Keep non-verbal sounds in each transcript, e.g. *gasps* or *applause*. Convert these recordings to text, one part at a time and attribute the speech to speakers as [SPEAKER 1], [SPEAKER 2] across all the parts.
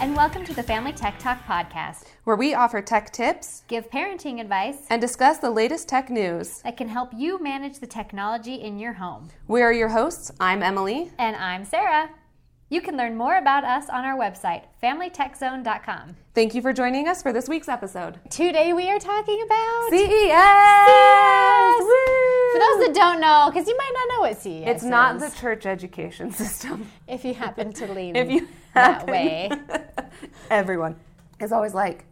[SPEAKER 1] and welcome to the Family Tech Talk podcast.
[SPEAKER 2] where we offer tech tips
[SPEAKER 1] Give parenting advice
[SPEAKER 2] and discuss the latest tech news.
[SPEAKER 1] that can help you manage the technology in your home.
[SPEAKER 2] We are your hosts. I'm Emily.
[SPEAKER 1] And I'm Sarah. You can learn more about us on our website, familytechzone.com.
[SPEAKER 2] Thank you for joining us for this week's episode.
[SPEAKER 1] Today we are talking about
[SPEAKER 2] CES! E
[SPEAKER 1] For those that don't know, because you might not know what CES
[SPEAKER 2] it's
[SPEAKER 1] is.
[SPEAKER 2] not the church education *laughs* system.
[SPEAKER 1] *laughs* if you happen to lean
[SPEAKER 2] If you
[SPEAKER 1] that
[SPEAKER 2] happen-
[SPEAKER 1] way.
[SPEAKER 2] everyone is always like,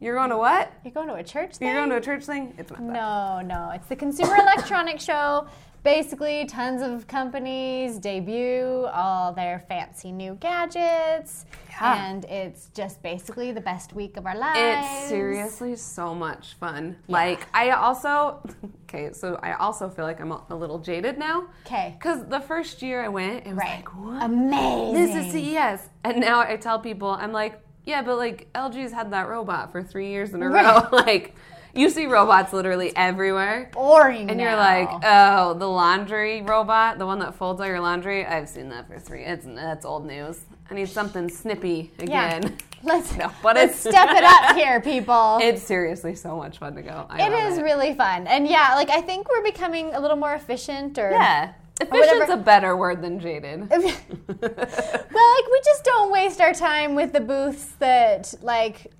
[SPEAKER 2] "You're going to what?
[SPEAKER 1] You're going to a church thing?
[SPEAKER 2] You're going to a church thing?" It's not. that.
[SPEAKER 1] No, no. It's the Consumer Electronics Show. Basically, tons of companies debut all their fancy new gadgets.
[SPEAKER 2] Yeah.
[SPEAKER 1] And it's just basically the best week of our lives.
[SPEAKER 2] It's seriously so much fun. Like I also, *laughs* okay, so I also feel like I'm a a little jaded now.
[SPEAKER 1] 'Kay.
[SPEAKER 2] Because the first year I went, it was
[SPEAKER 1] Right.
[SPEAKER 2] like, what?
[SPEAKER 1] Amazing.
[SPEAKER 2] This is CES. And now I tell people, I'm like, yeah, but like LG's had that robot for three years in a row. *laughs*
[SPEAKER 1] Right.
[SPEAKER 2] like, you see robots literally everywhere.
[SPEAKER 1] boring.
[SPEAKER 2] And
[SPEAKER 1] now.
[SPEAKER 2] you're like, oh, the laundry robot, the one that folds all your laundry. I've seen that for three. It's that's old news. I need something snippy
[SPEAKER 1] yeah.
[SPEAKER 2] again.
[SPEAKER 1] *laughs*
[SPEAKER 2] *laughs*
[SPEAKER 1] Let's,
[SPEAKER 2] No, but
[SPEAKER 1] let's
[SPEAKER 2] it's-
[SPEAKER 1] step it up
[SPEAKER 2] *laughs*
[SPEAKER 1] here, people.
[SPEAKER 2] It's seriously so much fun to go. I
[SPEAKER 1] it
[SPEAKER 2] love
[SPEAKER 1] is really fun. And yeah, like I think we're becoming a little more efficient or
[SPEAKER 2] Yeah, efficient's
[SPEAKER 1] whatever-
[SPEAKER 2] a better word
[SPEAKER 1] *laughs*
[SPEAKER 2] than jaded.
[SPEAKER 1] Well, like we just don't waste our time with the booths that like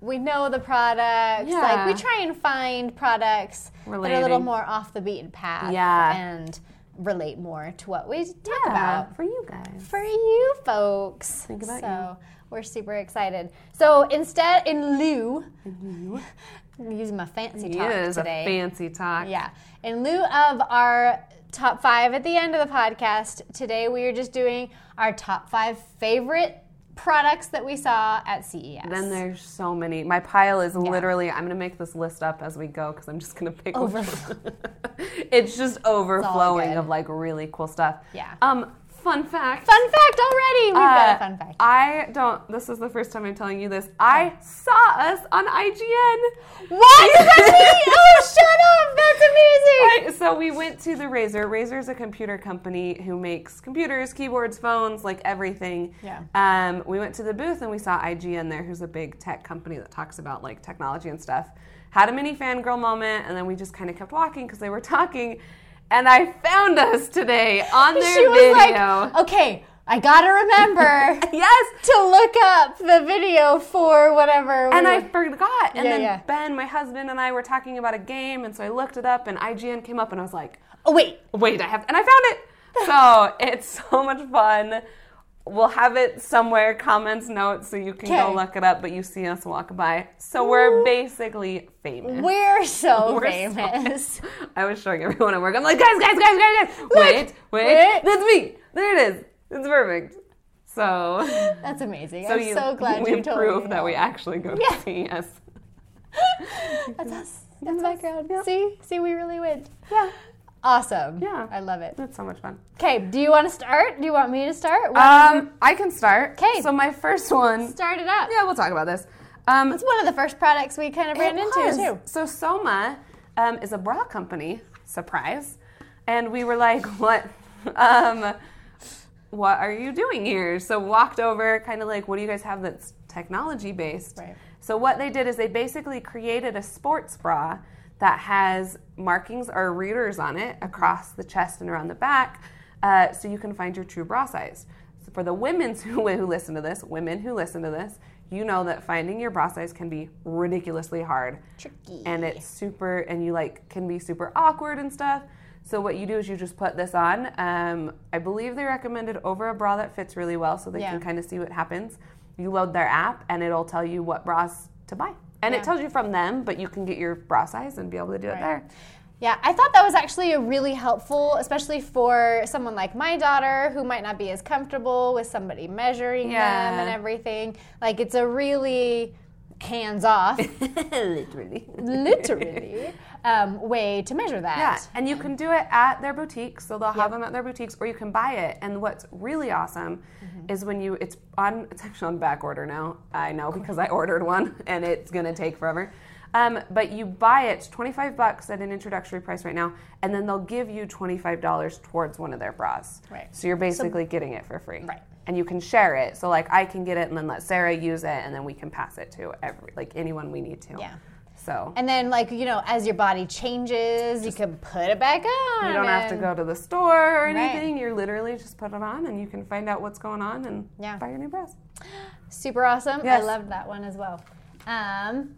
[SPEAKER 1] we know the products. Like
[SPEAKER 2] Yeah.
[SPEAKER 1] we try and find products that are a little
[SPEAKER 2] Relating.
[SPEAKER 1] more off the beaten path
[SPEAKER 2] Yeah.
[SPEAKER 1] and relate more to what we talk
[SPEAKER 2] Yeah,
[SPEAKER 1] about
[SPEAKER 2] for you guys.
[SPEAKER 1] for you folks.
[SPEAKER 2] Think about
[SPEAKER 1] so we're super excited. So instead in lieu I'm using my fancy
[SPEAKER 2] It
[SPEAKER 1] talk
[SPEAKER 2] is
[SPEAKER 1] today.
[SPEAKER 2] a fancy talk.
[SPEAKER 1] Yeah. In lieu of our top five at the end of the podcast, today we are just doing our top five favorite products that we saw at E CES.
[SPEAKER 2] Then there's so many. My pile is literally. I'm gonna make this list up as we go because I'm just gonna pick. which
[SPEAKER 1] Overflow.
[SPEAKER 2] one. *laughs* it's just overflowing
[SPEAKER 1] good.
[SPEAKER 2] of like really cool stuff.
[SPEAKER 1] Yeah.
[SPEAKER 2] Um. Fun fact.
[SPEAKER 1] fun fact already! We've got
[SPEAKER 2] Uh,
[SPEAKER 1] a fun fact.
[SPEAKER 2] I don't. This is the first time I'm telling you this. I saw us on IGN.
[SPEAKER 1] What? Is
[SPEAKER 2] *laughs*
[SPEAKER 1] that me? Oh, shut up! That's amazing!
[SPEAKER 2] I- so we went to the Razer. Razer's a computer company who makes computers, keyboards, phones, like everything.
[SPEAKER 1] Yeah.
[SPEAKER 2] Um, we went to the booth and we saw IGN there, who's a big tech company that talks about like technology and stuff. Had a mini fangirl moment, and then we just kind of kept walking because they were talking. And I found us today on
[SPEAKER 1] *laughs*
[SPEAKER 2] their
[SPEAKER 1] She was
[SPEAKER 2] video.
[SPEAKER 1] like, okay, I gotta remember
[SPEAKER 2] *laughs* yes,
[SPEAKER 1] to look up the video for whatever. we
[SPEAKER 2] And I
[SPEAKER 1] were-
[SPEAKER 2] forgot. And
[SPEAKER 1] Yeah,
[SPEAKER 2] then
[SPEAKER 1] yeah.
[SPEAKER 2] Ben, my husband, and I were talking about a game, and so I looked it up, and IGN came up, and I was like,
[SPEAKER 1] Oh, wait.
[SPEAKER 2] wait, I have, and I found it. So *laughs* it's so much fun. We'll have it somewhere, comments, notes, so you can
[SPEAKER 1] Okay.
[SPEAKER 2] go look it up, but you see us walk by. So we're basically famous.
[SPEAKER 1] We're so
[SPEAKER 2] We're so-
[SPEAKER 1] famous. *laughs*
[SPEAKER 2] I was showing everyone at work. I'm like, guys, guys, guys, guys, guys. Wait, wait,
[SPEAKER 1] wait.
[SPEAKER 2] That's me. There it is. It's perfect. So,
[SPEAKER 1] That's amazing.
[SPEAKER 2] *laughs* so
[SPEAKER 1] I'm so glad
[SPEAKER 2] we
[SPEAKER 1] you told
[SPEAKER 2] prove
[SPEAKER 1] me
[SPEAKER 2] that we actually go to
[SPEAKER 1] Yeah.
[SPEAKER 2] CES.
[SPEAKER 1] *laughs* That's us. That's background. See? See, we really went.
[SPEAKER 2] Yeah.
[SPEAKER 1] Awesome.
[SPEAKER 2] Yeah.
[SPEAKER 1] I love it.
[SPEAKER 2] That's so much fun.
[SPEAKER 1] Okay, do you want to start? Do you want me to start? Why don't
[SPEAKER 2] Um, I can start.
[SPEAKER 1] 'Kay.
[SPEAKER 2] So my first one.
[SPEAKER 1] you start it up.
[SPEAKER 2] Yeah, we'll talk about this. Um,
[SPEAKER 1] It's one of the first products we kind of ran
[SPEAKER 2] it
[SPEAKER 1] into,
[SPEAKER 2] was.
[SPEAKER 1] too.
[SPEAKER 2] So Soma um, is a bra company. Surprise! And we were like, *laughs* "What? Um, what are you doing here?" So walked over, kind of like, "What do you guys have that's technology based?"
[SPEAKER 1] Right.
[SPEAKER 2] So what they did is they basically created a sports bra that has markings or readers on it across the chest and around the back, uh, so you can find your true bra size. So for the women *laughs* who, who listen to this, women who listen to this, you know that finding your bra size can be ridiculously hard,
[SPEAKER 1] Tricky.
[SPEAKER 2] and it's super, and you like can be super awkward and stuff. So what you do is you just put this on. Um, I believe they recommended over a bra that fits really well, so they
[SPEAKER 1] Yeah.
[SPEAKER 2] can kind of see what happens. You load their app, and it'll tell you what bras to buy, and
[SPEAKER 1] Yeah.
[SPEAKER 2] it tells you from them, but you can get your bra size and be able to do it there.
[SPEAKER 1] Yeah, I thought that was actually a really helpful, especially for someone like my daughter who might not be as comfortable with somebody measuring
[SPEAKER 2] Yeah.
[SPEAKER 1] them and everything. Like, it's a really hands
[SPEAKER 2] *laughs*
[SPEAKER 1] off, *laughs*
[SPEAKER 2] Literally. *laughs*
[SPEAKER 1] literally, um, way to measure that.
[SPEAKER 2] Yeah, and you can do it at their boutiques. So they'll have them at their boutiques, or you can buy it. And what's really awesome
[SPEAKER 1] Mm-hmm.
[SPEAKER 2] is when you *laughs* it's on it's actually on back order now. I know because I ordered one, and it's gonna take forever. Um, but you buy it 25 bucks at an introductory price right now, and then they'll give you $25 towards one of their bras.
[SPEAKER 1] Right.
[SPEAKER 2] So you're basically getting it for free.
[SPEAKER 1] Right.
[SPEAKER 2] And you can share it. So like I can get it and then let Sarah use it and then we can pass it to every like anyone we need to.
[SPEAKER 1] Yeah.
[SPEAKER 2] So
[SPEAKER 1] And then, like, you know, as your body changes, you can put it back on.
[SPEAKER 2] you don't have to
[SPEAKER 1] and-
[SPEAKER 2] go to the store or
[SPEAKER 1] Right.
[SPEAKER 2] anything. You're literally just put it on and you can find out what's going on and
[SPEAKER 1] Yeah.
[SPEAKER 2] buy your new bras.
[SPEAKER 1] Super awesome.
[SPEAKER 2] Yes.
[SPEAKER 1] I loved that one as well. Um,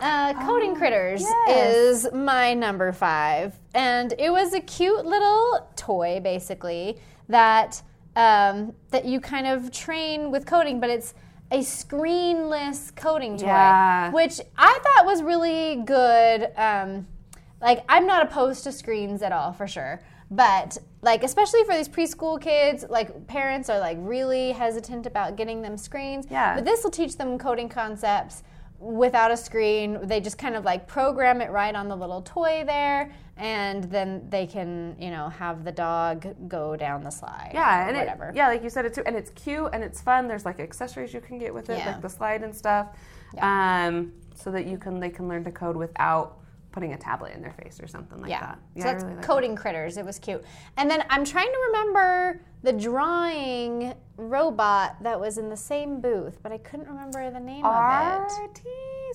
[SPEAKER 1] uh, Coding Critters
[SPEAKER 2] Oh, yes.
[SPEAKER 1] is my number five. And it was a cute little toy, basically, that, um, that you kind of train with coding, but it's a screenless coding toy,
[SPEAKER 2] Yeah.
[SPEAKER 1] which I thought was really good. Um, like, I'm not opposed to screens at all, for sure. But, like, especially for these preschool kids, like, parents are, like, really hesitant about getting them screens.
[SPEAKER 2] Yeah.
[SPEAKER 1] But this will teach them coding concepts without a screen. They just kind of like program it right on the little toy there, and then they can, you know, have the dog go down the slide.
[SPEAKER 2] Yeah,
[SPEAKER 1] or
[SPEAKER 2] and
[SPEAKER 1] whatever.
[SPEAKER 2] It, yeah, like you said it too, and it's cute and it's fun. There's like accessories you can get with it,
[SPEAKER 1] Yeah.
[SPEAKER 2] like the slide and stuff, um, so that you can they can learn to code without putting a tablet in their face or something like
[SPEAKER 1] Yeah.
[SPEAKER 2] that.
[SPEAKER 1] so
[SPEAKER 2] I
[SPEAKER 1] that's
[SPEAKER 2] really like that.
[SPEAKER 1] coding critters. It was cute. And then I'm trying to remember the drawing robot that was in the same booth, but I couldn't remember the name of it.
[SPEAKER 2] Artie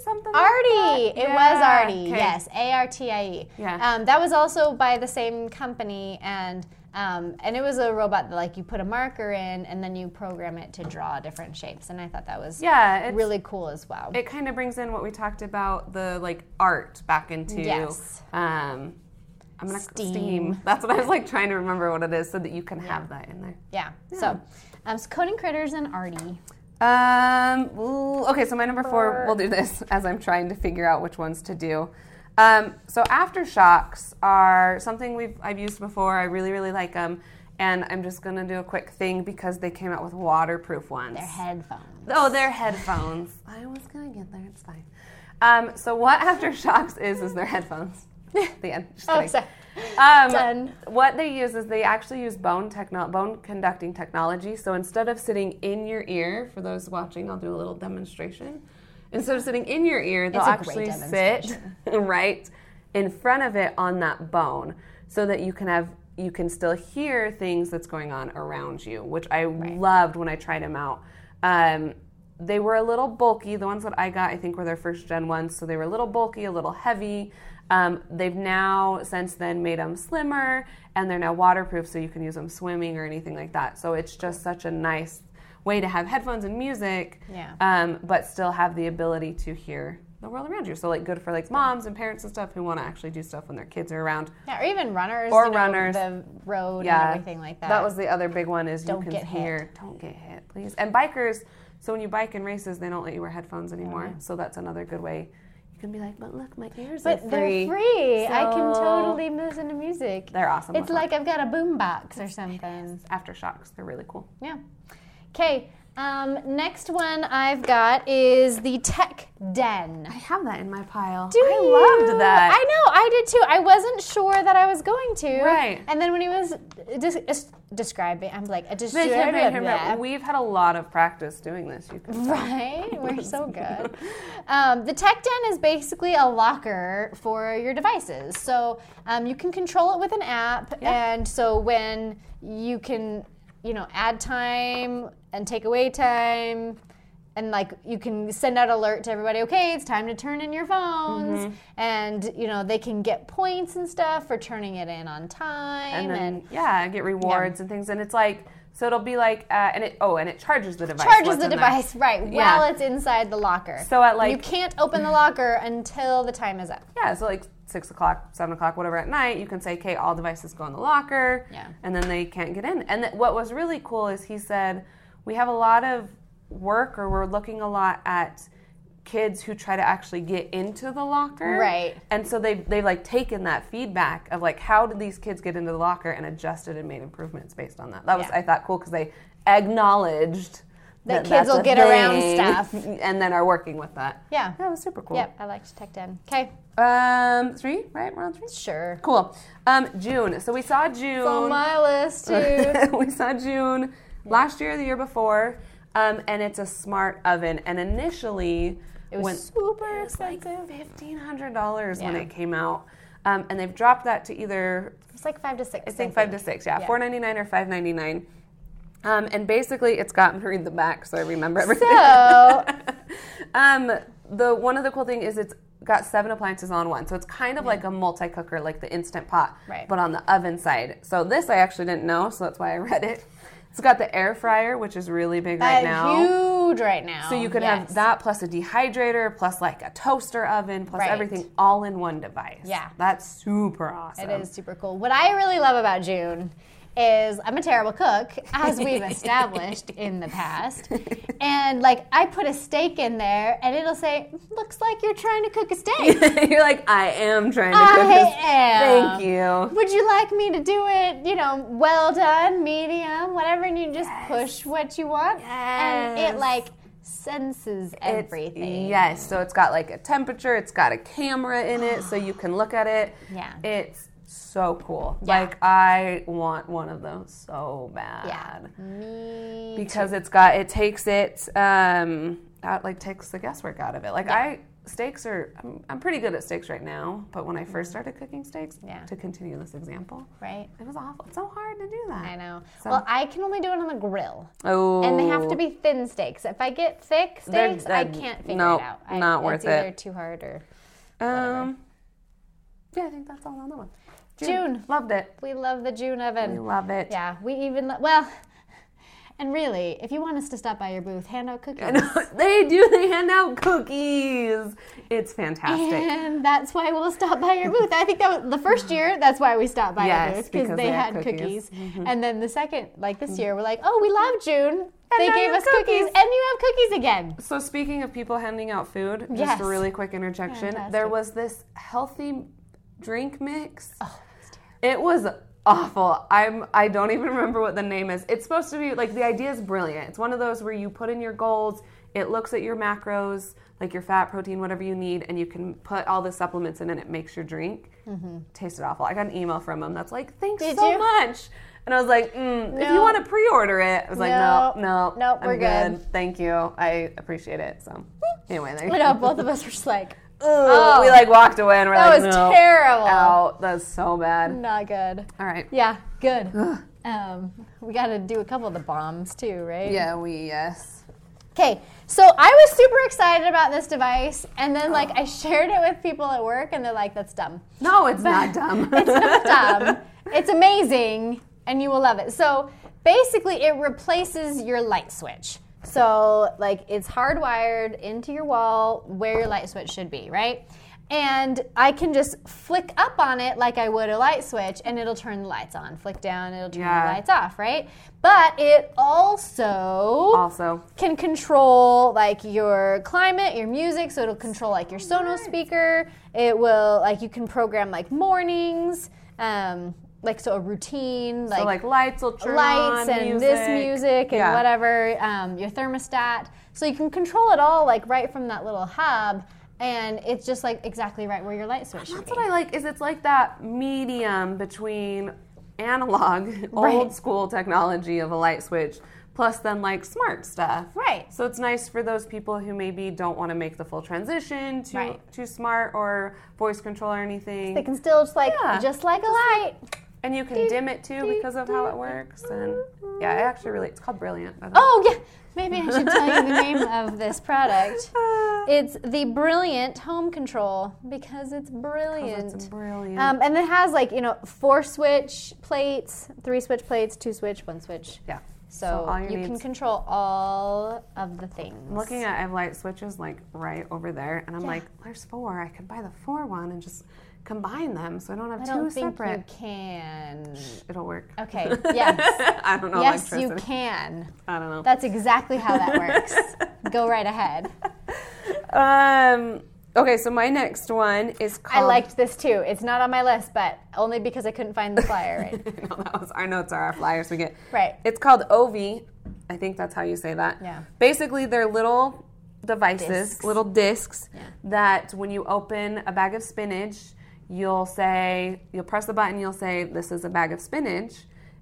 [SPEAKER 2] something. like
[SPEAKER 1] Artie.
[SPEAKER 2] that?
[SPEAKER 1] It was
[SPEAKER 2] Yeah.
[SPEAKER 1] Artie.
[SPEAKER 2] Okay.
[SPEAKER 1] Yes, A R T I E.
[SPEAKER 2] Yeah.
[SPEAKER 1] Um, that was also by the same company, and um, and it was a robot that like you put a marker in, and then you program it to draw different shapes, and I thought that was
[SPEAKER 2] Yeah. It's,
[SPEAKER 1] really cool as well.
[SPEAKER 2] It kind of brings in what we talked about the like art back into
[SPEAKER 1] Yes.
[SPEAKER 2] um, I'm gonna
[SPEAKER 1] Steam.
[SPEAKER 2] That's what I was like trying to remember what it is, so that you can have that in there.
[SPEAKER 1] yeah. So, um, so coding critters and Artie.
[SPEAKER 2] Um. ooh, okay, so my number four.
[SPEAKER 1] Or-
[SPEAKER 2] We'll do this *laughs* as I'm trying to figure out which ones to do. Um, so aftershocks are something we've I've used before. I really really like them, and I'm just gonna do a quick thing because they came out with waterproof ones.
[SPEAKER 1] Their headphones.
[SPEAKER 2] Oh, they're headphones. I was gonna get there. It's fine. Um, so what *laughs* aftershocks is is their headphones. the end. Just
[SPEAKER 1] Oh,
[SPEAKER 2] kidding.
[SPEAKER 1] sorry.
[SPEAKER 2] Um,
[SPEAKER 1] Done.
[SPEAKER 2] What they use is they actually use bone techno- bone conducting technology. So instead of sitting in your ear, for those watching, I'll do a little demonstration. Instead of sitting in your ear, they'll
[SPEAKER 1] It's a great
[SPEAKER 2] actually sit *laughs* right in front of it on that bone, so that you can have you can still hear things that's going on around you, which I loved when I tried them out. Um, they were a little bulky. The ones that I got, I think, were their first gen ones, so they were a little bulky, a little heavy. Um, they've now since then made them slimmer, and they're now waterproof, so you can use them swimming or anything like that. So it's just such a nice way to have headphones and music,
[SPEAKER 1] Yeah.
[SPEAKER 2] um, but still have the ability to hear the world around you. So like good for like moms and parents and stuff who want to actually do stuff when their kids are around.
[SPEAKER 1] Yeah, or even runners.
[SPEAKER 2] Or
[SPEAKER 1] you know,
[SPEAKER 2] runners.
[SPEAKER 1] The road and everything like that.
[SPEAKER 2] That was the other big one is
[SPEAKER 1] Don't
[SPEAKER 2] you can
[SPEAKER 1] get hit.
[SPEAKER 2] hear. Don't get hit, please. And bikers. So when you bike in races, they don't let you wear headphones anymore. So that's another good way. You can be like, but look, my ears
[SPEAKER 1] But
[SPEAKER 2] are
[SPEAKER 1] they're
[SPEAKER 2] free.
[SPEAKER 1] free. I can
[SPEAKER 2] So-
[SPEAKER 1] totally listen to music.
[SPEAKER 2] They're awesome.
[SPEAKER 1] It's like I've got a boombox or something.
[SPEAKER 2] aftershocks. They're really cool.
[SPEAKER 1] Yeah. Okay. Um, next one I've got is the Tech Den.
[SPEAKER 2] I have that in my pile.
[SPEAKER 1] Do
[SPEAKER 2] I
[SPEAKER 1] you?
[SPEAKER 2] loved that.
[SPEAKER 1] I know. I did too. I wasn't sure that I was going to.
[SPEAKER 2] Right.
[SPEAKER 1] And then when he was dis- dis- describing, I'm like, a
[SPEAKER 2] But yeah, but- but
[SPEAKER 1] distributor.
[SPEAKER 2] We've had a lot of practice doing this. You *laughs* can
[SPEAKER 1] Right? We're so good. Um, the tech den is basically a locker for your devices. So um, you can control it with an app. And so when you can, you know, add time and take away time. And like you can send out alert to everybody, okay, it's time to turn in your phones, and you know they can get points and stuff for turning it in on time.
[SPEAKER 2] and
[SPEAKER 1] And,
[SPEAKER 2] then yeah, get rewards and things. And it's like so it'll be like uh, and it oh and it charges the device.
[SPEAKER 1] charges
[SPEAKER 2] once
[SPEAKER 1] the
[SPEAKER 2] in there.
[SPEAKER 1] device right
[SPEAKER 2] Yeah.
[SPEAKER 1] while it's inside the locker.
[SPEAKER 2] So at, like-
[SPEAKER 1] you can't open the locker until the time is up.
[SPEAKER 2] Yeah, so like six o'clock, seven o'clock, whatever at night, you can say, "Okay, all devices go in the locker."
[SPEAKER 1] Yeah.
[SPEAKER 2] and then they can't get in. And th- what was really cool is he said, "We have a lot of work, or we're looking a lot at." kids who try to actually get into the locker
[SPEAKER 1] Right.
[SPEAKER 2] and so they've, they've like taken that feedback of like how did these kids get into the locker and adjusted and made improvements based on that that was
[SPEAKER 1] Yeah.
[SPEAKER 2] i thought cool because they acknowledged
[SPEAKER 1] That kids
[SPEAKER 2] that's
[SPEAKER 1] will
[SPEAKER 2] a
[SPEAKER 1] get around
[SPEAKER 2] thing
[SPEAKER 1] stuff.
[SPEAKER 2] *laughs* and then are working with that
[SPEAKER 1] Yeah.
[SPEAKER 2] that was super cool
[SPEAKER 1] Yep, I liked Tech Den. Okay,
[SPEAKER 2] um, three, right? We're on three.
[SPEAKER 1] sure.
[SPEAKER 2] Cool. Um, June. So we saw June.
[SPEAKER 1] It's on my list too.
[SPEAKER 2] *laughs* we saw June last year, the year before, um, and it's a smart oven. And initially,
[SPEAKER 1] It was
[SPEAKER 2] When-
[SPEAKER 1] super
[SPEAKER 2] It was like
[SPEAKER 1] expensive.
[SPEAKER 2] fifteen hundred dollars when
[SPEAKER 1] Yeah.
[SPEAKER 2] it came out, um, and they've dropped that to either
[SPEAKER 1] it was like five to six.
[SPEAKER 2] I think five to six, yeah,
[SPEAKER 1] Yeah.
[SPEAKER 2] four ninety nine or five ninety nine. Um, and basically, it's got I'm gonna *laughs* read the back so I remember everything. *laughs*
[SPEAKER 1] So
[SPEAKER 2] um, the one of the cool thing is it's got seven appliances on one, so it's kind of like a multi cooker, like the instant pot,
[SPEAKER 1] Right.
[SPEAKER 2] but on the oven side. So this I actually didn't know, so that's why I read it. It's got the air fryer, which is really big
[SPEAKER 1] that
[SPEAKER 2] right now.
[SPEAKER 1] huge right now.
[SPEAKER 2] So you could
[SPEAKER 1] Yes.
[SPEAKER 2] have that plus a dehydrator plus like a toaster oven plus
[SPEAKER 1] Right.
[SPEAKER 2] everything all in one device.
[SPEAKER 1] Yeah.
[SPEAKER 2] That's super awesome.
[SPEAKER 1] It is super cool. What I really love about June is I'm a terrible cook, as we've
[SPEAKER 2] *laughs*
[SPEAKER 1] established in the past. And like I put a steak in there, and it'll say, "Looks like you're trying to cook a steak."
[SPEAKER 2] *laughs* You're like, I am trying to cook
[SPEAKER 1] I
[SPEAKER 2] this.
[SPEAKER 1] am.
[SPEAKER 2] Thank you.
[SPEAKER 1] Would you like me to do it, you know, well done, medium, whatever, and you just push what you want? And it
[SPEAKER 2] Yes.
[SPEAKER 1] like senses
[SPEAKER 2] It's-
[SPEAKER 1] everything.
[SPEAKER 2] yes. So it's got like a temperature, it's got a camera in it
[SPEAKER 1] *gasps*
[SPEAKER 2] so you can look at it.
[SPEAKER 1] Yeah.
[SPEAKER 2] It's so cool.
[SPEAKER 1] Yeah.
[SPEAKER 2] Like I want one of those so bad.
[SPEAKER 1] Yeah. Me
[SPEAKER 2] because it's got it takes it um out like takes the guesswork out of it like i steaks are I'm, I'm pretty good at steaks right now but when i first started cooking steaks
[SPEAKER 1] Mm-hmm. Yeah.
[SPEAKER 2] to continue this example
[SPEAKER 1] right.
[SPEAKER 2] it was awful it's so hard to do that
[SPEAKER 1] I know.
[SPEAKER 2] So-
[SPEAKER 1] Well, I can only do it on the grill.
[SPEAKER 2] oh
[SPEAKER 1] And they have to be thin steaks. If I get thick
[SPEAKER 2] They're-
[SPEAKER 1] steaks, I
[SPEAKER 2] they're-
[SPEAKER 1] can't figure
[SPEAKER 2] no,
[SPEAKER 1] it out. I,
[SPEAKER 2] not worth
[SPEAKER 1] it's
[SPEAKER 2] it.
[SPEAKER 1] either too hard or.
[SPEAKER 2] um yeah i think that's all on that one
[SPEAKER 1] June.
[SPEAKER 2] loved it
[SPEAKER 1] We love the June
[SPEAKER 2] we
[SPEAKER 1] oven.
[SPEAKER 2] love it
[SPEAKER 1] Yeah, we even lo- well. *laughs* And really, if you want us to stop by your booth, hand out
[SPEAKER 2] *laughs*
[SPEAKER 1] cookies.
[SPEAKER 2] they do they hand out cookies it's fantastic
[SPEAKER 1] And that's why we'll stop by your booth. I think that was the first year. That's why we stopped by
[SPEAKER 2] Yes,
[SPEAKER 1] your booth
[SPEAKER 2] because
[SPEAKER 1] they,
[SPEAKER 2] they
[SPEAKER 1] had
[SPEAKER 2] had
[SPEAKER 1] cookies.
[SPEAKER 2] cookies. Mm-hmm.
[SPEAKER 1] And then the second, like this year, we're like, oh, we love June. they
[SPEAKER 2] now
[SPEAKER 1] gave
[SPEAKER 2] you
[SPEAKER 1] us
[SPEAKER 2] have
[SPEAKER 1] cookies.
[SPEAKER 2] cookies.
[SPEAKER 1] and you have cookies again.
[SPEAKER 2] So speaking of people handing out food, just
[SPEAKER 1] Yes.
[SPEAKER 2] a really quick interjection.
[SPEAKER 1] Fantastic.
[SPEAKER 2] There
[SPEAKER 1] Oh,
[SPEAKER 2] was this healthy drink mix. it was awful. I'm I don't even remember what the name is. It's supposed to be like the idea is brilliant. It's one of those where you put in your goals, it looks at your macros, like your fat, protein, whatever you need, and you can put all the supplements in and it makes your drink. Tasted awful. I got an email from him that's like, "Thanks
[SPEAKER 1] Mm-hmm. Did
[SPEAKER 2] so
[SPEAKER 1] you?
[SPEAKER 2] much." And I was like, mm, "If
[SPEAKER 1] No.
[SPEAKER 2] you want to pre-order it." I was like, "No,
[SPEAKER 1] No.
[SPEAKER 2] no.
[SPEAKER 1] Nope,
[SPEAKER 2] I'm
[SPEAKER 1] we're good.
[SPEAKER 2] Thank you. I appreciate it. So anyway, there you
[SPEAKER 1] I
[SPEAKER 2] go.
[SPEAKER 1] know both of us were just
[SPEAKER 2] *laughs*
[SPEAKER 1] like, "Oh,
[SPEAKER 2] Ugh, We like walked away and we're
[SPEAKER 1] that
[SPEAKER 2] like,
[SPEAKER 1] was
[SPEAKER 2] no,
[SPEAKER 1] terrible.
[SPEAKER 2] Oh, Ow, that's so bad.
[SPEAKER 1] Not good.
[SPEAKER 2] All right.
[SPEAKER 1] Yeah, good. Um, we got to do a couple of the bombs too, right?
[SPEAKER 2] Yeah, we yes.
[SPEAKER 1] Okay, so I was super excited about this device, and then
[SPEAKER 2] Oh.
[SPEAKER 1] like I shared it with people at work, and they're like, "That's dumb.
[SPEAKER 2] No,
[SPEAKER 1] *laughs*
[SPEAKER 2] it's not dumb.
[SPEAKER 1] It's not dumb. It's amazing, and you will love it." So basically, it replaces your light switch. So like it's hardwired into your wall where your light switch should be, right? And I can just flick up on it like I would a light switch, and it'll turn the lights on. Flick down, it'll turn the
[SPEAKER 2] Yeah.
[SPEAKER 1] lights off, right? But it also
[SPEAKER 2] *laughs* also,
[SPEAKER 1] can control like your climate, your music, so it'll control like your Sonos speaker. It will like you can program like mornings, um, like so a routine, like,
[SPEAKER 2] so like lights will turn
[SPEAKER 1] lights
[SPEAKER 2] on,
[SPEAKER 1] and this music and
[SPEAKER 2] Yeah.
[SPEAKER 1] whatever, um, your thermostat. So you can control it all like right from that little hub, and it's just like exactly right where your light switch should
[SPEAKER 2] That's
[SPEAKER 1] be.
[SPEAKER 2] what I like. Is it's like that medium between analog, *laughs*
[SPEAKER 1] Right.
[SPEAKER 2] old school technology of a light switch, plus then like smart stuff.
[SPEAKER 1] Right.
[SPEAKER 2] So it's nice for those people who maybe don't want to make the full transition to
[SPEAKER 1] Right.
[SPEAKER 2] to smart or voice control or anything.
[SPEAKER 1] They can still just like
[SPEAKER 2] Yeah.
[SPEAKER 1] just like a light.
[SPEAKER 2] And you can dim it too because of how it works. And yeah, I actually really, it's called Brilliant. by the way.
[SPEAKER 1] Oh yeah, maybe I should tell you the name of this product.
[SPEAKER 2] Ah,
[SPEAKER 1] It's the Brilliant Home Control because it's brilliant.
[SPEAKER 2] It's brilliant.
[SPEAKER 1] Um, and it has like, you know, four switch plates, three switch plates, two switch, one switch.
[SPEAKER 2] yeah.
[SPEAKER 1] So,
[SPEAKER 2] all your
[SPEAKER 1] you can
[SPEAKER 2] needs.
[SPEAKER 1] control all of the things.
[SPEAKER 2] I'm looking at, I have light switches like right over there. And I'm
[SPEAKER 1] Yeah.
[SPEAKER 2] like, there's four. I could buy the four one and just combine them so I don't have
[SPEAKER 1] I
[SPEAKER 2] 2
[SPEAKER 1] don't think
[SPEAKER 2] separate.
[SPEAKER 1] you
[SPEAKER 2] *laughs*
[SPEAKER 1] can.
[SPEAKER 2] It'll work.
[SPEAKER 1] Okay, yes.
[SPEAKER 2] *laughs* I don't know
[SPEAKER 1] yes, you
[SPEAKER 2] electricity.
[SPEAKER 1] can.
[SPEAKER 2] I don't know.
[SPEAKER 1] That's exactly how that
[SPEAKER 2] *laughs*
[SPEAKER 1] works. Go right ahead.
[SPEAKER 2] um, okay, so my next one is
[SPEAKER 1] I
[SPEAKER 2] called. *laughs*
[SPEAKER 1] liked this too. It's not on my list, but only because I couldn't find the flyer right.
[SPEAKER 2] *laughs* no, that was our notes are our flyers we get.
[SPEAKER 1] Right.
[SPEAKER 2] It's called Ovi. I think that's how you say that.
[SPEAKER 1] Yeah.
[SPEAKER 2] Basically, they're little devices,
[SPEAKER 1] Discs.
[SPEAKER 2] little discs that when you open a bag of spinach, you'll say, you'll press the button, you'll say, this is a bag of spinach.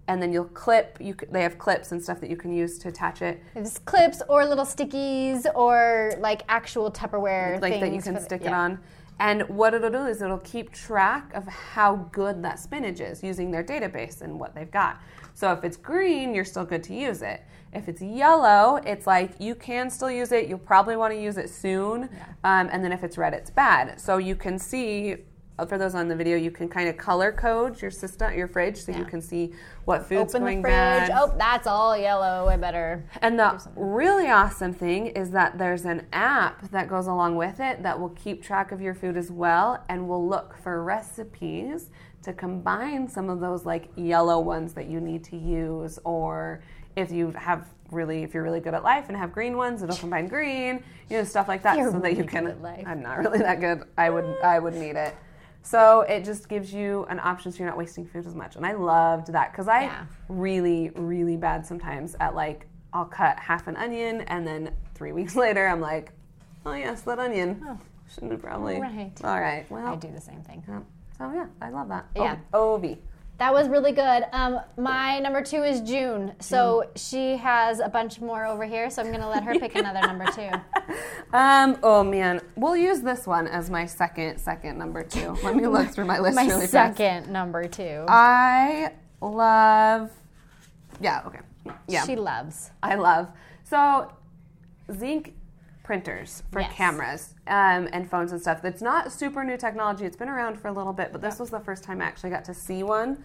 [SPEAKER 2] and then you'll clip. You c- they have clips and stuff that you can use to attach it,
[SPEAKER 1] There's clips or little stickies or like actual Tupperware
[SPEAKER 2] like that you
[SPEAKER 1] things
[SPEAKER 2] can
[SPEAKER 1] for the-
[SPEAKER 2] stick it
[SPEAKER 1] yeah.
[SPEAKER 2] on. And what it'll do is it'll keep track of how good that spinach is using their database and what they've got. So if it's green, you're still good to use it. If it's yellow, it's like you can still use it. You'll probably want to use it soon. Um, and then if it's red, it's bad. So you can see. uh, For those on the video, you can kind of color code your system, your fridge, so you
[SPEAKER 1] Yeah.
[SPEAKER 2] can see what food's
[SPEAKER 1] Open the
[SPEAKER 2] going
[SPEAKER 1] fridge.
[SPEAKER 2] bad.
[SPEAKER 1] Oh, that's all yellow. I better.
[SPEAKER 2] And the really awesome thing is that there's an app that goes along with it that will keep track of your food as well and will look for recipes to combine some of those like yellow ones that you need to use or if you have really if you're really good at life and have green ones it'll combine green you know stuff like that
[SPEAKER 1] You're
[SPEAKER 2] so that you
[SPEAKER 1] really
[SPEAKER 2] can
[SPEAKER 1] good at life.
[SPEAKER 2] I'm not really that good I would I would need it so it just gives you an option so you're not wasting food as much and I loved that cuz I
[SPEAKER 1] Yeah.
[SPEAKER 2] really, really bad sometimes at like, I'll cut half an onion and then three *laughs* weeks later I'm like, oh yes, that onion. Shouldn't have probably.
[SPEAKER 1] Right.
[SPEAKER 2] All right.
[SPEAKER 1] I
[SPEAKER 2] Well.
[SPEAKER 1] do the same thing.
[SPEAKER 2] yeah. So yeah, I love that. Oh,
[SPEAKER 1] Yeah.
[SPEAKER 2] O- OV.
[SPEAKER 1] That was really good. Um, my number two is June. So she has a bunch more over here. So I'm going to let her
[SPEAKER 2] *laughs*
[SPEAKER 1] pick another number two.
[SPEAKER 2] Um, oh man, we'll use this one as my second, second number two. Let me look
[SPEAKER 1] *laughs*
[SPEAKER 2] through my list
[SPEAKER 1] My
[SPEAKER 2] really fast. Uh,
[SPEAKER 1] second number two.
[SPEAKER 2] I love. Yeah. Okay. Yeah.
[SPEAKER 1] She loves.
[SPEAKER 2] I love. So, zinc printers for
[SPEAKER 1] Yes.
[SPEAKER 2] cameras um, and phones and stuff. That's not super new technology. It's been around for a little bit, but this was the first time I actually got to see one.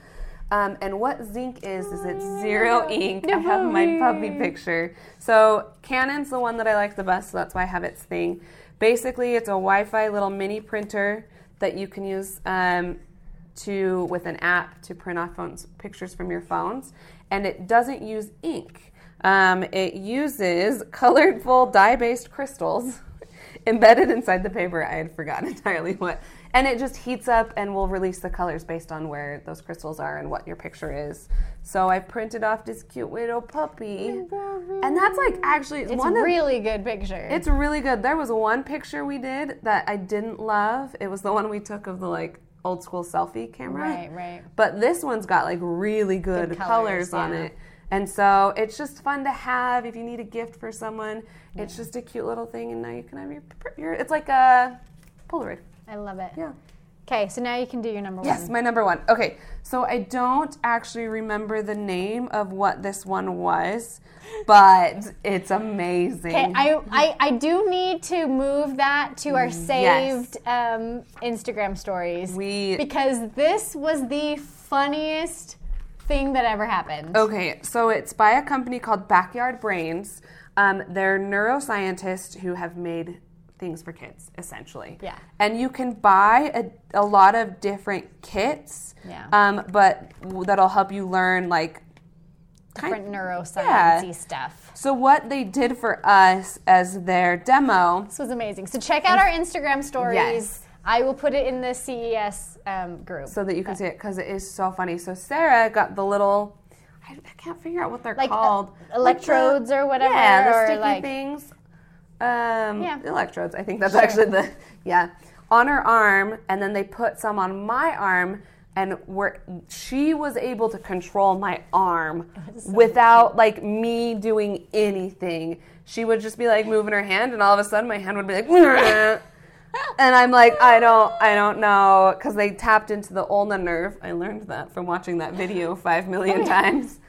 [SPEAKER 2] Um, and what zinc is, is it's zero ink. I have my puppy picture. So, Canon's the one that I like the best, so that's why I have its thing. Basically, it's a Wi Fi little mini printer that you can use. Um, to with an app to print off phones pictures from your phones, and it doesn't use ink. Um, it uses *laughs* colorful dye-based crystals embedded inside the paper. I had forgotten *laughs* entirely what, and it just heats up and will release the colors based on where those crystals are and what your picture is. So I printed off this cute little puppy, and that's like actually
[SPEAKER 1] It's
[SPEAKER 2] one of
[SPEAKER 1] really good picture.
[SPEAKER 2] it's really good. There was one picture we did that I didn't love. It was the one we took of the like old school selfie camera.
[SPEAKER 1] Right, right.
[SPEAKER 2] But this one's got like really good,
[SPEAKER 1] Good
[SPEAKER 2] colors,
[SPEAKER 1] colors,
[SPEAKER 2] on
[SPEAKER 1] yeah.
[SPEAKER 2] it. And so it's just fun to have if you need a gift for someone. It's just a cute little thing, and now you can have your. your it's like a Polaroid.
[SPEAKER 1] I love it.
[SPEAKER 2] Yeah.
[SPEAKER 1] Okay, so now you can do your number
[SPEAKER 2] Yes,
[SPEAKER 1] one.
[SPEAKER 2] my number one. Okay, so I don't actually remember the name of what this one was, but it's amazing.
[SPEAKER 1] Okay, I, I, I do need to move that to our saved um, Instagram stories.
[SPEAKER 2] Mm, we
[SPEAKER 1] because this was the funniest thing that ever happened.
[SPEAKER 2] Okay, so it's by a company called Backyard Brains. Um, they're neuroscientists who have made things for kids, essentially.
[SPEAKER 1] Yeah.
[SPEAKER 2] And you can buy a, a lot of different kits.
[SPEAKER 1] Yeah.
[SPEAKER 2] Um, but w- that'll help you learn like
[SPEAKER 1] Different
[SPEAKER 2] yeah.
[SPEAKER 1] neuroscience stuff.
[SPEAKER 2] so what they did for us as their demo.
[SPEAKER 1] This was amazing. So check out our Instagram stories.
[SPEAKER 2] Yes.
[SPEAKER 1] I will put it in the CES um, group.
[SPEAKER 2] So that you can see it because it is so funny. So Sarah got the little. I, I can't figure out what they're
[SPEAKER 1] Like, uh,
[SPEAKER 2] called.
[SPEAKER 1] electrodes or whatever,
[SPEAKER 2] Yeah, the
[SPEAKER 1] or
[SPEAKER 2] sticky
[SPEAKER 1] like-
[SPEAKER 2] things. Um,
[SPEAKER 1] Yeah.
[SPEAKER 2] electrodes. I think that's actually the yeah on her arm, and then they put some on my arm, and were she was able to control my
[SPEAKER 1] *laughs*
[SPEAKER 2] arm without like me doing anything. She would just be like moving her hand, and all of a sudden my hand would be like. *laughs* And I'm like, I don't, I don't know, because they tapped into the ulna nerve. I learned that from watching that video five million times.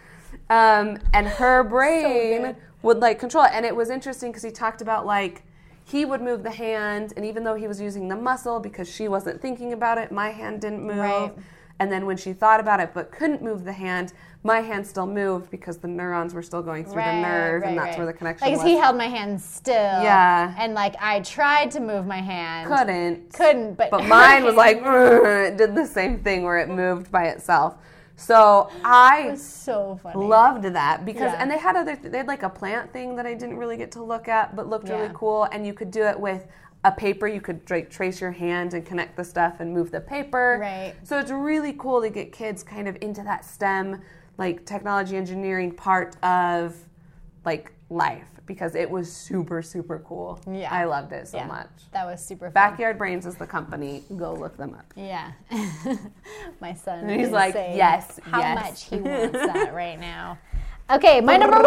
[SPEAKER 2] Um, and her brain would like control it, and it was interesting because he talked about like he would move the hand, and even though he was using the muscle because she wasn't thinking about it, my hand didn't move.
[SPEAKER 1] Right.
[SPEAKER 2] And then when she thought about it but couldn't move the hand, my hand still moved because the neurons were still going through the nerve, and that's
[SPEAKER 1] right.
[SPEAKER 2] where the connection
[SPEAKER 1] Like, 'cause
[SPEAKER 2] was.
[SPEAKER 1] he held my hand still.
[SPEAKER 2] Yeah.
[SPEAKER 1] And like I tried to move my hand,
[SPEAKER 2] couldn't.
[SPEAKER 1] couldn't, but
[SPEAKER 2] But
[SPEAKER 1] *laughs*
[SPEAKER 2] mine was like, *laughs* "Grr," it did the same thing where it moved by itself. So I
[SPEAKER 1] so funny.
[SPEAKER 2] loved that because,
[SPEAKER 1] Yeah.
[SPEAKER 2] and they had other, th- they had like a plant thing that I didn't really get to look at, but looked really
[SPEAKER 1] Yeah.
[SPEAKER 2] cool. And you could do it with a paper. You could dra- trace your hand and connect the stuff and move the paper.
[SPEAKER 1] Right.
[SPEAKER 2] So it's really cool to get kids kind of into that STEM, like technology engineering part of like life because it was super super cool.
[SPEAKER 1] Yeah.
[SPEAKER 2] I loved it so
[SPEAKER 1] Yeah.
[SPEAKER 2] much.
[SPEAKER 1] That was super fun.
[SPEAKER 2] Backyard Brains is the company. Go look them up.
[SPEAKER 1] Yeah. *laughs* my son.
[SPEAKER 2] And he's
[SPEAKER 1] is
[SPEAKER 2] like,
[SPEAKER 1] saying
[SPEAKER 2] "Yes,
[SPEAKER 1] How
[SPEAKER 2] yes."
[SPEAKER 1] much he
[SPEAKER 2] *laughs*
[SPEAKER 1] wants that right now. Okay, my number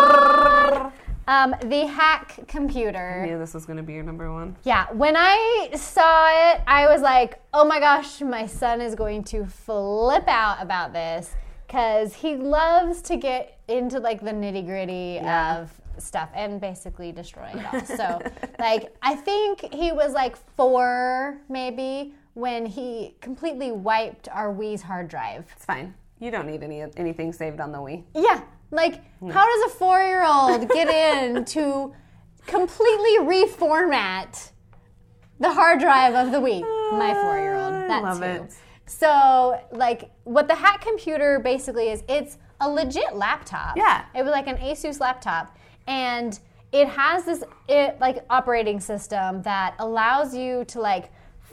[SPEAKER 1] one. Um, the hack computer.
[SPEAKER 2] I knew this was going to be your number one.
[SPEAKER 1] Yeah, when I saw it, I was like, oh my gosh, my son is going to flip out about this because he loves to get into like the nitty gritty
[SPEAKER 2] Yeah.
[SPEAKER 1] of stuff and basically destroy it all. So, *laughs* like, I think he was like four maybe when he completely wiped our Wii's hard drive.
[SPEAKER 2] It's fine. You don't need any anything saved on the Wii.
[SPEAKER 1] Yeah, like,
[SPEAKER 2] Hmm.
[SPEAKER 1] how does a four year old get
[SPEAKER 2] *laughs*
[SPEAKER 1] in to completely reformat the hard drive of the week? My four year old.
[SPEAKER 2] Ah, I
[SPEAKER 1] That's
[SPEAKER 2] love
[SPEAKER 1] who.
[SPEAKER 2] it.
[SPEAKER 1] So, like, what the hack computer basically is, it's a legit laptop.
[SPEAKER 2] Yeah.
[SPEAKER 1] It was like an Asus laptop, and it has this it like operating system that allows you to like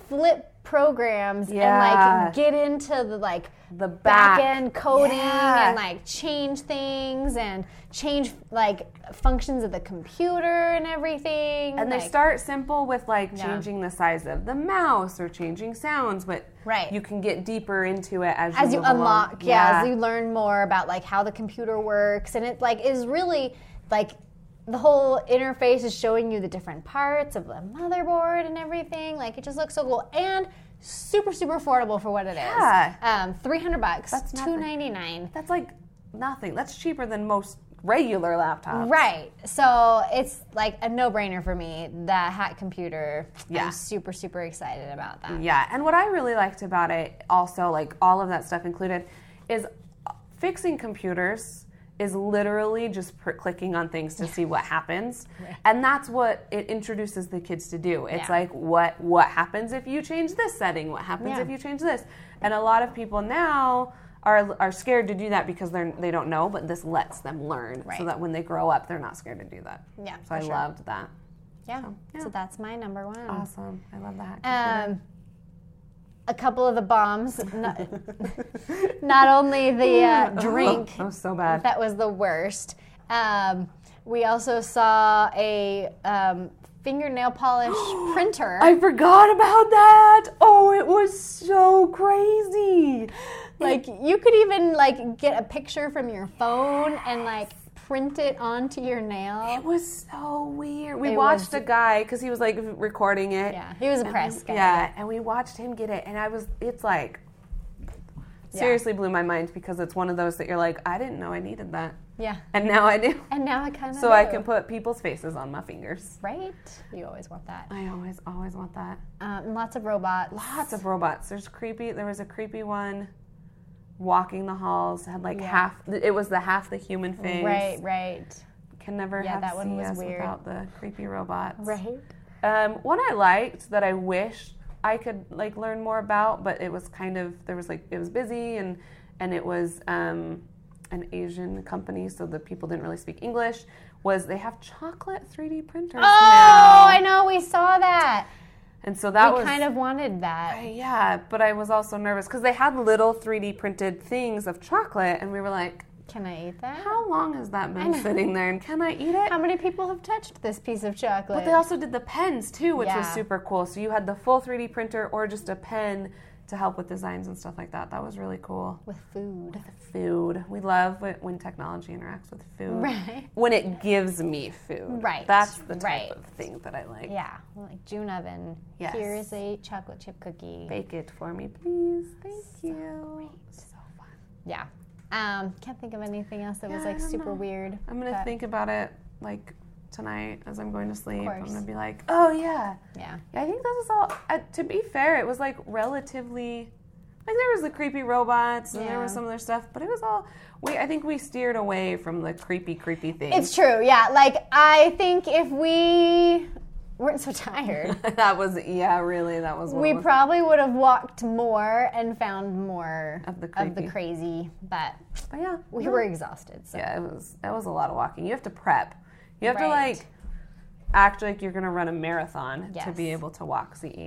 [SPEAKER 1] flip programs and
[SPEAKER 2] Yeah.
[SPEAKER 1] like get into the like
[SPEAKER 2] The
[SPEAKER 1] back
[SPEAKER 2] back,
[SPEAKER 1] end coding
[SPEAKER 2] Yeah.
[SPEAKER 1] and like change things and change like functions of the computer and everything.
[SPEAKER 2] And they
[SPEAKER 1] like-
[SPEAKER 2] start simple with like changing the size of the mouse or changing sounds, but
[SPEAKER 1] Right.
[SPEAKER 2] you can get deeper into it as you,
[SPEAKER 1] as you
[SPEAKER 2] move along.
[SPEAKER 1] unlock, yeah, as you learn more about like how the computer works, and it like is really like the whole interface is showing you the different parts of the motherboard and everything. Like it just looks so cool and super super affordable for what it is.
[SPEAKER 2] Yeah.
[SPEAKER 1] Um, three hundred bucks,
[SPEAKER 2] That's
[SPEAKER 1] two
[SPEAKER 2] nothing.
[SPEAKER 1] ninety nine.
[SPEAKER 2] That's like nothing. That's cheaper than most regular laptops.
[SPEAKER 1] Right. So it's like a no brainer for me, the hack computer.
[SPEAKER 2] Yeah.
[SPEAKER 1] I'm super, super excited about that.
[SPEAKER 2] Yeah, and what I really liked about it, also like all of that stuff included, is fixing computers is literally just per- clicking on things to see what happens, and that's what it introduces the kids to do. It's
[SPEAKER 1] Yeah.
[SPEAKER 2] like what what happens if you change this setting? What happens
[SPEAKER 1] Yeah.
[SPEAKER 2] if you change this? And a lot of people now. Are, are scared to do that because they're they don't know, but this lets them learn so
[SPEAKER 1] Right.
[SPEAKER 2] that when they grow up, they're not scared to do that.
[SPEAKER 1] Yeah,
[SPEAKER 2] so
[SPEAKER 1] for
[SPEAKER 2] I
[SPEAKER 1] sure.
[SPEAKER 2] loved that.
[SPEAKER 1] Yeah.
[SPEAKER 2] yeah.
[SPEAKER 1] So that's my number one.
[SPEAKER 2] Awesome, I love that.
[SPEAKER 1] Um, a couple of the
[SPEAKER 2] *laughs*
[SPEAKER 1] bombs, not, not only the uh,
[SPEAKER 2] Oh. *laughs*
[SPEAKER 1] drink
[SPEAKER 2] that was so bad.
[SPEAKER 1] that was the worst, um, we also saw a um, fingernail
[SPEAKER 2] *gasps*
[SPEAKER 1] polish printer.
[SPEAKER 2] I forgot about that. Oh, it was so crazy.
[SPEAKER 1] Like you could even like get a picture from your phone and like print it onto your nail.
[SPEAKER 2] It was so weird. We
[SPEAKER 1] It
[SPEAKER 2] watched a guy because he was like recording it.
[SPEAKER 1] Yeah, he was a press guy.
[SPEAKER 2] Yeah, and we watched him get it, and I was, it's like, seriously blew my mind because it's one of those that you're like, I didn't know I needed that,
[SPEAKER 1] Yeah.
[SPEAKER 2] and now I do.
[SPEAKER 1] And now I kind of
[SPEAKER 2] So I can put people's faces on my fingers.
[SPEAKER 1] right. You always want that.
[SPEAKER 2] I always, always want that.
[SPEAKER 1] Um, and lots of robots.
[SPEAKER 2] Lots of robots. There's creepy. There was a creepy one walking the halls. Had like half. It was the half the human face.
[SPEAKER 1] Right, right,
[SPEAKER 2] Can never
[SPEAKER 1] Yeah,
[SPEAKER 2] have
[SPEAKER 1] that one
[SPEAKER 2] see
[SPEAKER 1] was
[SPEAKER 2] us
[SPEAKER 1] weird.
[SPEAKER 2] without the creepy robots.
[SPEAKER 1] right.
[SPEAKER 2] Um, one I liked that I wish I could like learn more about, but it was kind of there was like it was busy and and it was um, an Asian company, so the people didn't really speak English. Was they have chocolate 3D printers
[SPEAKER 1] Oh,
[SPEAKER 2] now,
[SPEAKER 1] I know. We saw that.
[SPEAKER 2] and so that
[SPEAKER 1] we
[SPEAKER 2] was
[SPEAKER 1] kind of wanted that.
[SPEAKER 2] Uh, yeah, but I was also nervous because they had little 3D printed things of chocolate, and we were like,
[SPEAKER 1] Can I eat that? How,
[SPEAKER 2] how long has that been sitting there, and can I eat it?
[SPEAKER 1] many people have touched this piece of chocolate?
[SPEAKER 2] But they also did the pens too, which was
[SPEAKER 1] Yeah.
[SPEAKER 2] super cool. So you had the full 3D printer or just a pen to help with designs and stuff like that. That was really cool.
[SPEAKER 1] with food. *laughs*
[SPEAKER 2] Food. We love when- when technology interacts with food.
[SPEAKER 1] Right.
[SPEAKER 2] When it gives me food.
[SPEAKER 1] Right,
[SPEAKER 2] That's the type
[SPEAKER 1] right.
[SPEAKER 2] of thing that I like.
[SPEAKER 1] Yeah, like June oven.
[SPEAKER 2] Yes.
[SPEAKER 1] Here is a chocolate chip cookie.
[SPEAKER 2] Bake it for me, please. Thank you. So fun.
[SPEAKER 1] Yeah. Um, can't think of anything else that was
[SPEAKER 2] Yeah, I
[SPEAKER 1] like
[SPEAKER 2] don't
[SPEAKER 1] super
[SPEAKER 2] know.
[SPEAKER 1] weird.
[SPEAKER 2] I'm gonna
[SPEAKER 1] But-
[SPEAKER 2] think about it like tonight as I'm going to sleep. I'm
[SPEAKER 1] course.
[SPEAKER 2] gonna be like, oh yeah.
[SPEAKER 1] Yeah.
[SPEAKER 2] Yeah, I think this is all. Uh, to be fair, it was like relatively, like there was the creepy robots and there was
[SPEAKER 1] Yeah.
[SPEAKER 2] some other stuff, but it was all. We I think we steered away from the creepy, creepy things.
[SPEAKER 1] It's true, yeah. Like I think if we weren't so
[SPEAKER 2] *laughs*
[SPEAKER 1] tired,
[SPEAKER 2] that was yeah, really, that was. What
[SPEAKER 1] we
[SPEAKER 2] it was.
[SPEAKER 1] probably would have walked more and found more
[SPEAKER 2] Of the creepy.
[SPEAKER 1] crazy. But
[SPEAKER 2] but yeah,
[SPEAKER 1] we were exhausted, so
[SPEAKER 2] yeah, it was. That was a lot of walking. You have to prep. You have to
[SPEAKER 1] Right.
[SPEAKER 2] like act like you're going to run a marathon to be
[SPEAKER 1] Yes.
[SPEAKER 2] able to walk CES.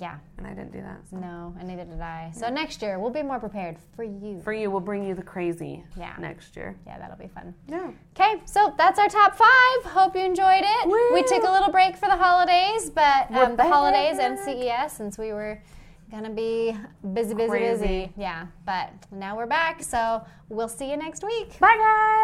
[SPEAKER 1] Yeah.
[SPEAKER 2] And I didn't do that. so.
[SPEAKER 1] No, and neither did I. So next year we'll be more prepared for you.
[SPEAKER 2] For you, we'll bring you the crazy
[SPEAKER 1] Yeah.
[SPEAKER 2] next year.
[SPEAKER 1] yeah, that'll be fun.
[SPEAKER 2] Yeah.
[SPEAKER 1] Okay, so that's our top five. Hope you enjoyed it. We
[SPEAKER 2] Woo!
[SPEAKER 1] took a little break for the holidays, but
[SPEAKER 2] We're
[SPEAKER 1] um, the holidays and
[SPEAKER 2] back.
[SPEAKER 1] CES since we were gonna be busy, busy,
[SPEAKER 2] Crazy.
[SPEAKER 1] busy. Yeah, but now we're back, so we'll see you next week.
[SPEAKER 2] Bye, guys.